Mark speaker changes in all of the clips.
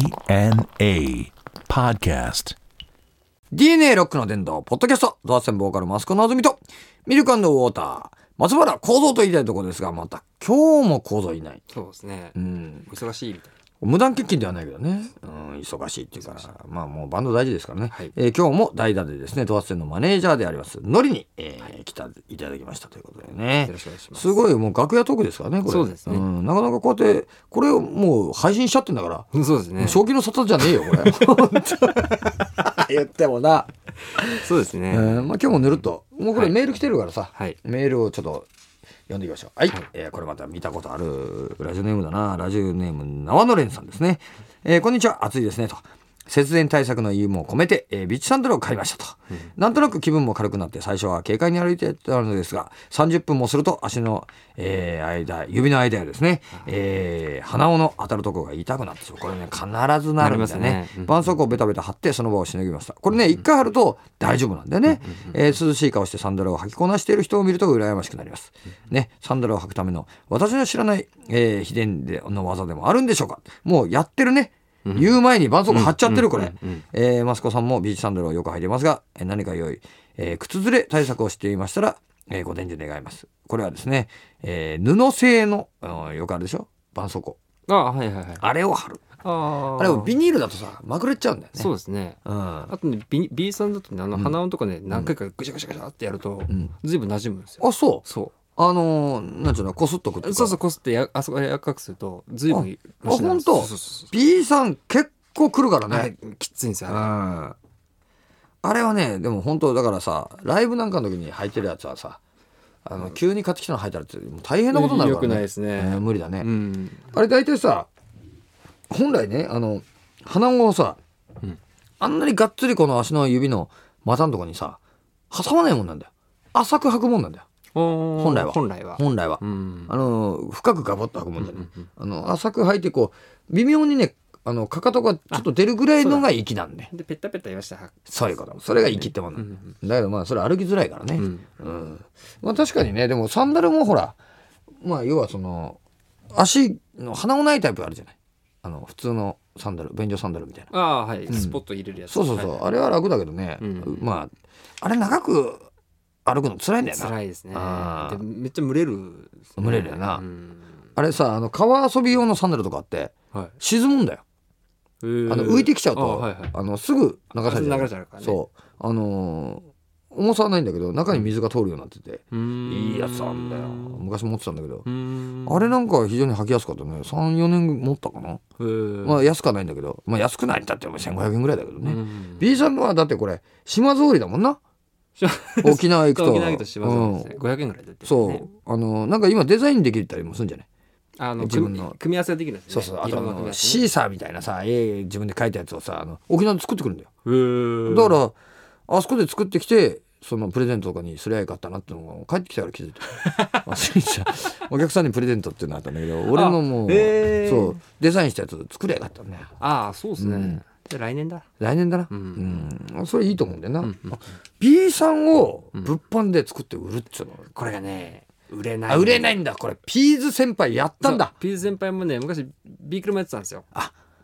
Speaker 1: DNA Podcast.
Speaker 2: DNA ロックの伝道、ポッドキャスト、ドアセンボーカル、マスコのあずみと、ミルクウォーター、松原幸三と言いたいところですが、また今日も幸三いない。
Speaker 3: そうですね
Speaker 2: う。ん。
Speaker 3: お忙しいみたい
Speaker 2: 無断欠勤ではないけどね。うん、忙しいっていうから、まあもうバンド大事ですからね。
Speaker 3: はい
Speaker 2: えー今日も代打でですね、ドアセンのマネージャーであります、ノリに、えー来ていただきましたということで
Speaker 3: な。
Speaker 2: ね
Speaker 3: よろ。しくお願いします。
Speaker 2: すごいもう楽屋トークですからね、これ。
Speaker 3: そうですね
Speaker 2: ん、なかなかこうやって、これをもう配信しちゃってんだから。
Speaker 3: うんそうですね。
Speaker 2: 正気の沙汰じゃねえよ、こ れ。本当言ってもな。
Speaker 3: そうですね。
Speaker 2: えーまあ、今日もぬるっともうこれ
Speaker 3: はい
Speaker 2: メール来てるからさ、
Speaker 3: はい
Speaker 2: メールをちょっと読んでいきましょうはい、
Speaker 3: はい
Speaker 2: えーこれまた見たことあるラジオネームだなラジオネーム縄のれんさんですね、えーこんにちは暑いですねと節電対策の意味も込めて、えービーチサンダルを買いましたと、なんとなく気分も軽くなって最初は軽快に歩いてたのですが30分もすると足の、えー間指の間やですね、えー鼻緒の当たるところが痛くなってしまうこれね必ずなるんだよ
Speaker 3: なり
Speaker 2: ね
Speaker 3: ますねうん
Speaker 2: 絆創膏をベタベタ貼ってその場をしのぎましたこれね一回貼ると大丈夫なんだよね、えー涼しい顔してサンダルを履きこなしている人を見ると羨ましくなります、ね、サンダルを履くための私の知らない、えー秘伝での技でもあるんでしょうかもうやってるね言う前に絆創膏貼っちゃってるこれ、えーマスコさんもビーチサンダルをよく履いてますがえー何か良い、えー靴ずれ対策をしていましたら、えーご伝授願いますこれはですね、えー布製の、うんよくあるでしょ絆創膏
Speaker 3: あ、はいはいはい。
Speaker 2: あれを貼る
Speaker 3: あ
Speaker 2: あれをビニールだとさまくれちゃうんだよね
Speaker 3: そうですね。
Speaker 2: うん
Speaker 3: あとね、B, B さんだとね、あの鼻音とかね、何回かぐしゃぐしゃぐしゃってやると、
Speaker 2: ん
Speaker 3: ずいぶん馴染むんですよ。
Speaker 2: あそう
Speaker 3: そ
Speaker 2: あのー、なんちゅうのこすっとくっていう
Speaker 3: う。
Speaker 2: か
Speaker 3: そうそう、こすってや、あそこやかくすると、ずいぶん
Speaker 2: あほんと
Speaker 3: そうそうそう
Speaker 2: B さん結構来るから
Speaker 3: あれ
Speaker 2: ね、
Speaker 3: きついんですよ。
Speaker 2: う
Speaker 3: あ
Speaker 2: んあれはねでも本当だからさライブなんかの時に履いてるやつはさあの急に買ってきたの履いたらってもう大変なことになるから、ね、
Speaker 3: よくないですね
Speaker 2: えー無理だね、
Speaker 3: れうん。
Speaker 2: あれ大体さ本来ねあの鼻緒をさ、
Speaker 3: うん
Speaker 2: あんなにがっつりこの足の指の股のとこにさ挟まないもんなんだよ浅く履くもんなんだよ
Speaker 3: 本
Speaker 2: 本来は
Speaker 3: 本来は。
Speaker 2: 本来は、
Speaker 3: うん。
Speaker 2: あの深くガボッと履くもんじゃない、あの浅く履いてこう微妙にねあのかかとがちょっと出るぐらいのが息なんで
Speaker 3: で、ペッタペタ言いました。
Speaker 2: そういうことそれが息ってもんだ、
Speaker 3: うん
Speaker 2: だけどまあそれ歩きづらいからね、
Speaker 3: うん。
Speaker 2: うんまあ確かにねでもサンダルもほらまあ要はその足の鼻のないタイプあるじゃないあの普通のサンダル便所サンダルみたいな
Speaker 3: ああ、はい。
Speaker 2: ん
Speaker 3: スポット入れるやつ。
Speaker 2: そうそうそう、
Speaker 3: はい
Speaker 2: あれは楽だけどね、
Speaker 3: うん
Speaker 2: まああれ長く歩くの辛いんだよな
Speaker 3: 辛いですね。
Speaker 2: あー
Speaker 3: でめっちゃ蒸れるですね。
Speaker 2: 蒸れるよな
Speaker 3: うん
Speaker 2: あれさあの川遊び用のサンダルとかあって
Speaker 3: はい。
Speaker 2: 沈むんだよ
Speaker 3: あの
Speaker 2: あの浮いてきちゃう
Speaker 3: あ
Speaker 2: と、
Speaker 3: はいはい、
Speaker 2: あのすぐ流されちゃう
Speaker 3: 流れちゃうからね
Speaker 2: そうあのー重さはないんだけど中に水が通るようになってて、
Speaker 3: うーん
Speaker 2: いいやつなんだよ昔持ってたんだけど
Speaker 3: う、ーん
Speaker 2: あれなんかは非常に履きやすかったね34年持ったかな、
Speaker 3: へー
Speaker 2: まあ安くはないんだけど、まあ、安くないんだってもう1500円ぐらいだけど
Speaker 3: う
Speaker 2: ね、
Speaker 3: ん
Speaker 2: B さんのはだってこれ島造りだもんな
Speaker 3: しょ
Speaker 2: 沖縄行くと
Speaker 3: 沖縄行くと島津なんですね、500円ぐらいで
Speaker 2: うん
Speaker 3: 売ってるん
Speaker 2: そう、
Speaker 3: ですね
Speaker 2: あのーなんか今デザインできたりもするんじゃない
Speaker 3: あの
Speaker 2: 自分の
Speaker 3: 組組み合わせができるんですね
Speaker 2: そうそうあとあ
Speaker 3: 色の組み合
Speaker 2: の
Speaker 3: わせ
Speaker 2: シーサーみたいなさ絵自分で描いたやつをさあの沖縄で作ってくるんだよ
Speaker 3: へー
Speaker 2: だからあそこで作ってきてそのプレゼントとかにすりゃよかったなってのが帰ってきたから気づい たあすいませんお客さんにプレゼントっていうのあったんだけど俺のもう、
Speaker 3: あへー
Speaker 2: そうデザインしたやつ作りゃよかったね
Speaker 3: ああそうですね、
Speaker 2: うん
Speaker 3: で来年だ
Speaker 2: 来年だな、う
Speaker 3: うんん
Speaker 2: それいいと思うんだよな、あ B さんを
Speaker 3: うん
Speaker 2: 物販で作って売るっつうの、
Speaker 3: これがね売れない
Speaker 2: あ売れないんだこれピーズ先輩やったんだ
Speaker 3: そうピーズ先輩もね昔ビークルもやってたんですよ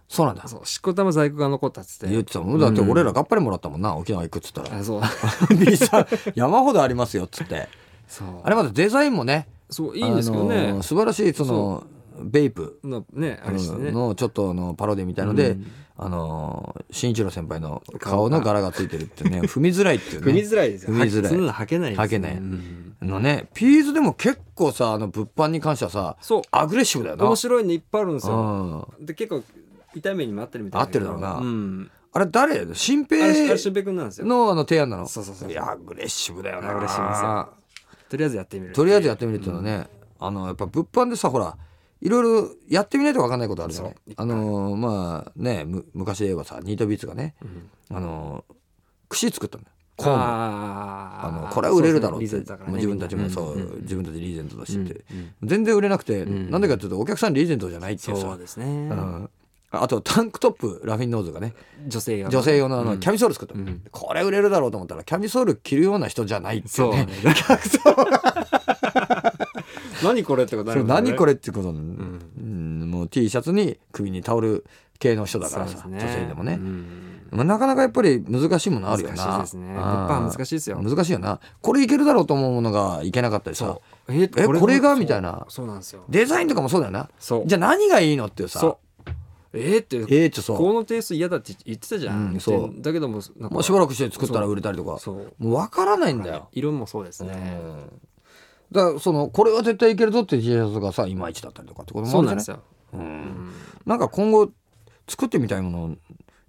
Speaker 2: そうなんだ
Speaker 3: そうしこたま在庫が残ったっつっ
Speaker 2: 言っててたもんだって俺らがっぱりもらったもんな沖縄行くっつったら
Speaker 3: あそう
Speaker 2: 「B さん山ほどありますよ」っつって
Speaker 3: そう
Speaker 2: あれまたデザインもね
Speaker 3: そういいんですけど
Speaker 2: あ
Speaker 3: ね
Speaker 2: のー素晴らしいそのベイプ
Speaker 3: のねあれしてね
Speaker 2: のちょっとあのパロディみたいので、
Speaker 3: うん
Speaker 2: あのー新一郎先輩の顔
Speaker 3: 顔
Speaker 2: の
Speaker 3: が
Speaker 2: 柄がついてるって ね踏みづらいっていう
Speaker 3: 踏み
Speaker 2: ね
Speaker 3: づらいですよ
Speaker 2: 踏みづらい
Speaker 3: そんなの履けないですね
Speaker 2: 履けない
Speaker 3: うん
Speaker 2: のねピーズでも結構さあの物販に関してはさ
Speaker 3: そう
Speaker 2: アグレッシブだよな
Speaker 3: 面白いのいっぱいあるんですよ
Speaker 2: うん
Speaker 3: で結構痛い目にも合ってるみたいな
Speaker 2: 合ってるだろうなんあれ誰新
Speaker 3: あれあ
Speaker 2: 平
Speaker 3: れしゅんぺいくんなんですよ
Speaker 2: のあの提案なの
Speaker 3: そうそうそう
Speaker 2: いやアグレッシブだよな
Speaker 3: アグレッシブですよとりあえずやってみる
Speaker 2: とりあえずやってみるっていうのはね、あのやっぱ物販でさほらいろいろやってみないと分かんないことあるじゃない
Speaker 3: そう
Speaker 2: あのーまあねむ昔で言えばさニートビーツがね、
Speaker 3: ん
Speaker 2: あのー串作ったのよコーンの
Speaker 3: あ
Speaker 2: あ
Speaker 3: ー
Speaker 2: のこれは売れるだろうって
Speaker 3: そですねリーゼントだから
Speaker 2: もう自分
Speaker 3: ね
Speaker 2: たちもそう、
Speaker 3: んん
Speaker 2: 自分たちリーゼントだしって、
Speaker 3: うん
Speaker 2: 全然売れなくて、
Speaker 3: ん
Speaker 2: なんでかっていうとお客さんリーゼントじゃないっていうさ
Speaker 3: そうですね
Speaker 2: うんあとタンクトップラフィンノーズがね
Speaker 3: 女性が
Speaker 2: 女性用のあのキャミソール作ったの、
Speaker 3: うん
Speaker 2: これ売れるだろうと思ったらキャミソール着るような人じゃないってい
Speaker 3: そうう
Speaker 2: ね
Speaker 3: ね 何これってこ
Speaker 2: そ
Speaker 3: とな
Speaker 2: れ
Speaker 3: るもんね
Speaker 2: 何これってこと、う
Speaker 3: うんん
Speaker 2: もう T シャツに首にタオル系の人だからさ、
Speaker 3: そう
Speaker 2: 女
Speaker 3: すね
Speaker 2: 性でもね、
Speaker 3: うん
Speaker 2: まあ、なかなかやっぱり難しいものあるよな
Speaker 3: 難しいですね
Speaker 2: うん
Speaker 3: 物販難しいですよ
Speaker 2: 難しいよなこれいけるだろうと思うものがいけなかったりさ
Speaker 3: そうえ
Speaker 2: え
Speaker 3: も
Speaker 2: これが
Speaker 3: そう
Speaker 2: みたいな
Speaker 3: そうなんですよ
Speaker 2: デザインとかもそうだよな
Speaker 3: そう
Speaker 2: じゃあ何がいいのっていうさ
Speaker 3: そうえーって
Speaker 2: ええー、ちょそう
Speaker 3: このテイスト嫌だって言ってたじゃん、
Speaker 2: うんそう
Speaker 3: でだけどもなんか
Speaker 2: もうしばらくして作ったら売れたりとか
Speaker 3: そう
Speaker 2: もう分からないんだよ、
Speaker 3: 色もそうですね、
Speaker 2: うんだからそのこれは絶対いけるぞっていう T シャツがさいまいちだったりとかってことも
Speaker 3: そ
Speaker 2: あ
Speaker 3: う
Speaker 2: るじゃな
Speaker 3: なんで
Speaker 2: い
Speaker 3: すよ、
Speaker 2: う
Speaker 3: うんん、
Speaker 2: なんか今後作ってみたいもの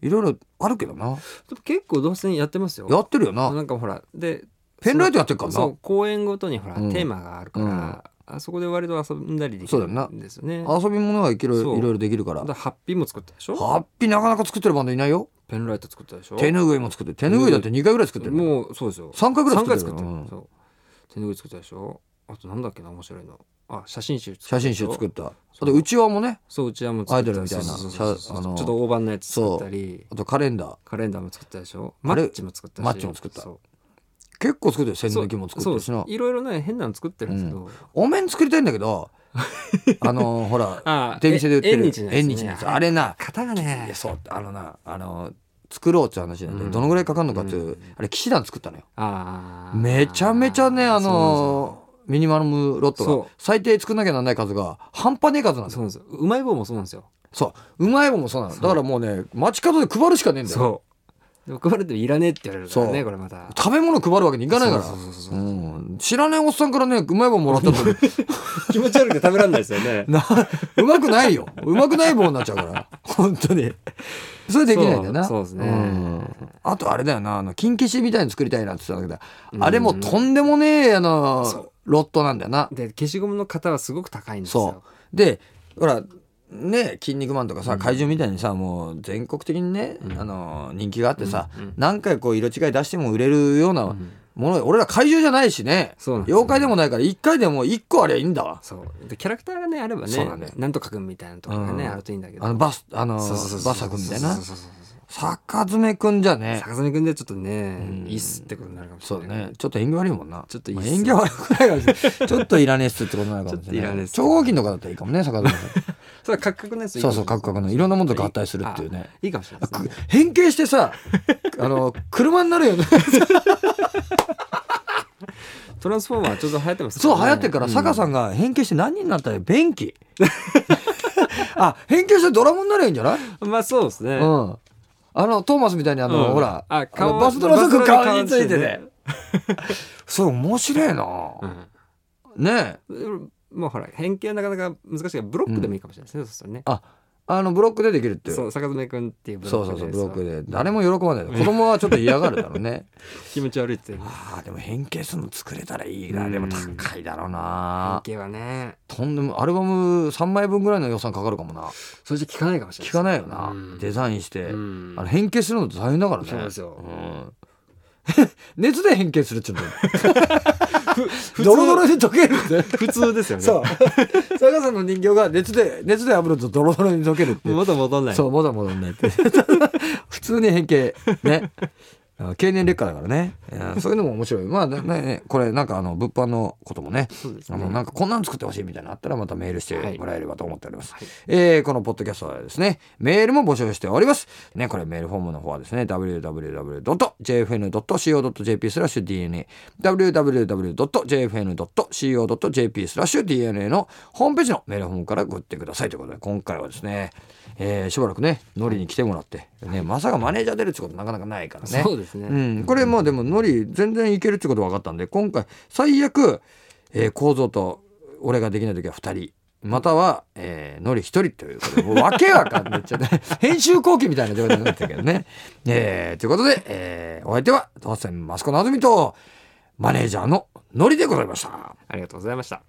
Speaker 2: いろいろあるけどな
Speaker 3: でも結構動線やってますよ
Speaker 2: やってるよな
Speaker 3: なんかほらで
Speaker 2: ペンライトやってるから
Speaker 3: そ
Speaker 2: な
Speaker 3: う公演ごとにほら、
Speaker 2: うん
Speaker 3: テーマがあるから、あそこで割と遊んだりでき
Speaker 2: そうだ
Speaker 3: る
Speaker 2: よなん
Speaker 3: ですよねだ
Speaker 2: 遊び物がいけるい
Speaker 3: そ
Speaker 2: ろ
Speaker 3: う
Speaker 2: いろできるから
Speaker 3: からハッピーも作ったでしょ
Speaker 2: ハッピーなかなか作ってるバンドいないよ
Speaker 3: ペンライト作ったでしょ
Speaker 2: 手ぬぐいも作ってる手ぬぐいだって2回ぐらい作ってる
Speaker 3: もうそうですよ
Speaker 2: 3回ぐらい
Speaker 3: 三
Speaker 2: 作って
Speaker 3: 回作
Speaker 2: る
Speaker 3: ってる、
Speaker 2: うん
Speaker 3: そう手ぬぐい作ったでしょあとなんだっけな面白いのあ写真集作った
Speaker 2: 写
Speaker 3: でしょ
Speaker 2: 真集作ったあ
Speaker 3: そう
Speaker 2: とうちわもね
Speaker 3: そううちはもう作った
Speaker 2: アイドルみたいな
Speaker 3: そうそうそうそう
Speaker 2: しゃあの
Speaker 3: ちょっと大判のやつ作ったり
Speaker 2: あとカレンダー
Speaker 3: カレンダーも作ったでしょ
Speaker 2: あ
Speaker 3: マ
Speaker 2: れ
Speaker 3: ッチも作ったし
Speaker 2: マッチも作った
Speaker 3: そう
Speaker 2: 結構作ってる線抜きも作ってるし
Speaker 3: そう
Speaker 2: な
Speaker 3: そういろいろね変なの作ってるんですけど、
Speaker 2: お面作りたいんだけどあのほら
Speaker 3: あ
Speaker 2: 出店で売ってる
Speaker 3: え縁日のやつね
Speaker 2: 縁日のやつあれな
Speaker 3: 型が
Speaker 2: い
Speaker 3: ね
Speaker 2: やそうあのなあの作ろうって話なんで
Speaker 3: うん
Speaker 2: どのぐらいかかるのかっていううんあれ騎士団作ったのよ
Speaker 3: あー
Speaker 2: めちゃめちゃねあ
Speaker 3: そ
Speaker 2: のミニマムロット
Speaker 3: そ
Speaker 2: が
Speaker 3: う
Speaker 2: 最低作んなきゃなんない数が半端ねえ数なん
Speaker 3: う
Speaker 2: だ
Speaker 3: そ
Speaker 2: よ
Speaker 3: うなんですようまい棒もそうなんですよ
Speaker 2: そううまい棒もそうなのだからもうね街角で配るしかねえんだよ
Speaker 3: そうでも配るっていらねえって言われるから
Speaker 2: そう
Speaker 3: ねこれまた
Speaker 2: 食べ物配るわけにいかないから
Speaker 3: そうそうそうそう
Speaker 2: うん知らないおっさんからねうまい棒もらったって
Speaker 3: 気持ち悪くて食べられないですよね
Speaker 2: なうまくないようまくない棒になっちゃうから本当にそれできないんだよな
Speaker 3: そうそうですね
Speaker 2: んあとあれだよなあの金消しみたいに作りたいなって言ってたんだけどあれもとんでもねえあの
Speaker 3: そ
Speaker 2: ロットなんだよな
Speaker 3: で消しゴムの型はすごく高いんです
Speaker 2: そ
Speaker 3: よ
Speaker 2: うでほらね「筋肉マン」とかさ怪獣みたいにさもう全国的にね、あの人気があってさ、
Speaker 3: うんうん
Speaker 2: 何回こう色違い出しても売れるような
Speaker 3: うん
Speaker 2: もの、俺ら怪獣じゃないしね
Speaker 3: そうなんですよ
Speaker 2: 妖怪でもないから1回でも1個ありゃいいんだわ
Speaker 3: そうでキャラクターがねあれば
Speaker 2: そうだね
Speaker 3: ねなんとかくんみたいなとかがね
Speaker 2: うん
Speaker 3: あるといいんだけど
Speaker 2: あのバスあの
Speaker 3: そうそうそうそう
Speaker 2: バサ君みたいな
Speaker 3: そうそうそうそう
Speaker 2: 坂爪君じゃね
Speaker 3: 坂爪くんでちょっとねいいっすってことになるかもし
Speaker 2: そ
Speaker 3: れ
Speaker 2: う
Speaker 3: ない
Speaker 2: ねちょっと縁起悪いもんな
Speaker 3: ちょっといいっ
Speaker 2: ますあ縁起悪くないかもしれな いちょっといらねえっすってことなのかもしれない
Speaker 3: ちょっといらねえっす
Speaker 2: 超合金とかだったらいいかもね坂爪君
Speaker 3: それはカクカクのやつ
Speaker 2: そうそうカクカクのいろんなものと合体するっていうね
Speaker 3: あいいかもしれないですね
Speaker 2: く変形してさあの車になるよね
Speaker 3: トランスフォーマーちょっと流行ってます
Speaker 2: そう流行ってるから、坂さ
Speaker 3: ん
Speaker 2: んが変形して何になったら便 器あ変形してドラゴンになればいいんじゃない、
Speaker 3: まあそうですね
Speaker 2: うんあのトーマスみたいにあの、
Speaker 3: うん
Speaker 2: ほら
Speaker 3: あ
Speaker 2: の
Speaker 3: 顔
Speaker 2: バスドラの
Speaker 3: バスドラの
Speaker 2: 顔についてね
Speaker 3: 顔
Speaker 2: それ面白いな、ねえ
Speaker 3: うんもうほら変形はなかなか難しいからブロックでもいいかもしれないですね、そうするとね
Speaker 2: ああのブロックでできるっていう
Speaker 3: そう坂爪くんっていうブ
Speaker 2: そ
Speaker 3: ロ
Speaker 2: う
Speaker 3: ッ
Speaker 2: そ
Speaker 3: ク
Speaker 2: うそ
Speaker 3: で
Speaker 2: うブロックで誰も喜ばない子供はちょっと嫌がるだろう ね
Speaker 3: そう気持ち悪いっていう
Speaker 2: ああでも変形するの作れたらいいな
Speaker 3: うん
Speaker 2: でも高いだろう
Speaker 3: 変
Speaker 2: な
Speaker 3: 形はね
Speaker 2: とんでもアルバム3枚分ぐらいの予算かかるかもな
Speaker 3: それじゃ効かないかもしれな
Speaker 2: 聞
Speaker 3: い
Speaker 2: かないよな
Speaker 3: うん
Speaker 2: デザインして
Speaker 3: うん
Speaker 2: あの変形するのって大変だからね
Speaker 3: そうですよ
Speaker 2: ん 熱で変形するっ ちゅうの
Speaker 3: 普通
Speaker 2: ドロドロで溶けるって
Speaker 3: 普通ですよね
Speaker 2: そう坂さんの人形が熱で熱で炙るとドロドロに溶けるっていう
Speaker 3: まだ戻んない
Speaker 2: そう、まだ戻んないって。 普通に変形。ね。あ経年劣化だからね。いやそういうのも面白い。まあ、ねね、これ、なんか、あの、物販のこともね。
Speaker 3: そうです
Speaker 2: あ
Speaker 3: ね
Speaker 2: の、なんか、こんなん作ってほしいみたいなのあったら、またメールして
Speaker 3: はい
Speaker 2: もらえればと思っております。
Speaker 3: はい
Speaker 2: えーこのポッドキャストはですね、メールも募集しております。ね、これ、メールフォームの方はですね、www.jfn.co.jp スラッシュ DNA、www.jfn.co.jp スラッシュ DNA のホームページのメールフォームからごってくださいということで、今回はですね、えーしばらくね、ノリに来てもらって、ね、まさかマネージャー出るってことなかなかないからね。
Speaker 3: そうですね
Speaker 2: うん、これまあでもノリ全然いけるってこと分かったんで今回最悪、えー、構造と俺ができない時は2人または、えー、ノリ1人ということでもう訳わかんないっちゃね 編集後期みたいな状態になったけどね。えーということで、えーお相手は当選マスコのあずみとマネージャーのノリでございました。
Speaker 3: ありがとうございました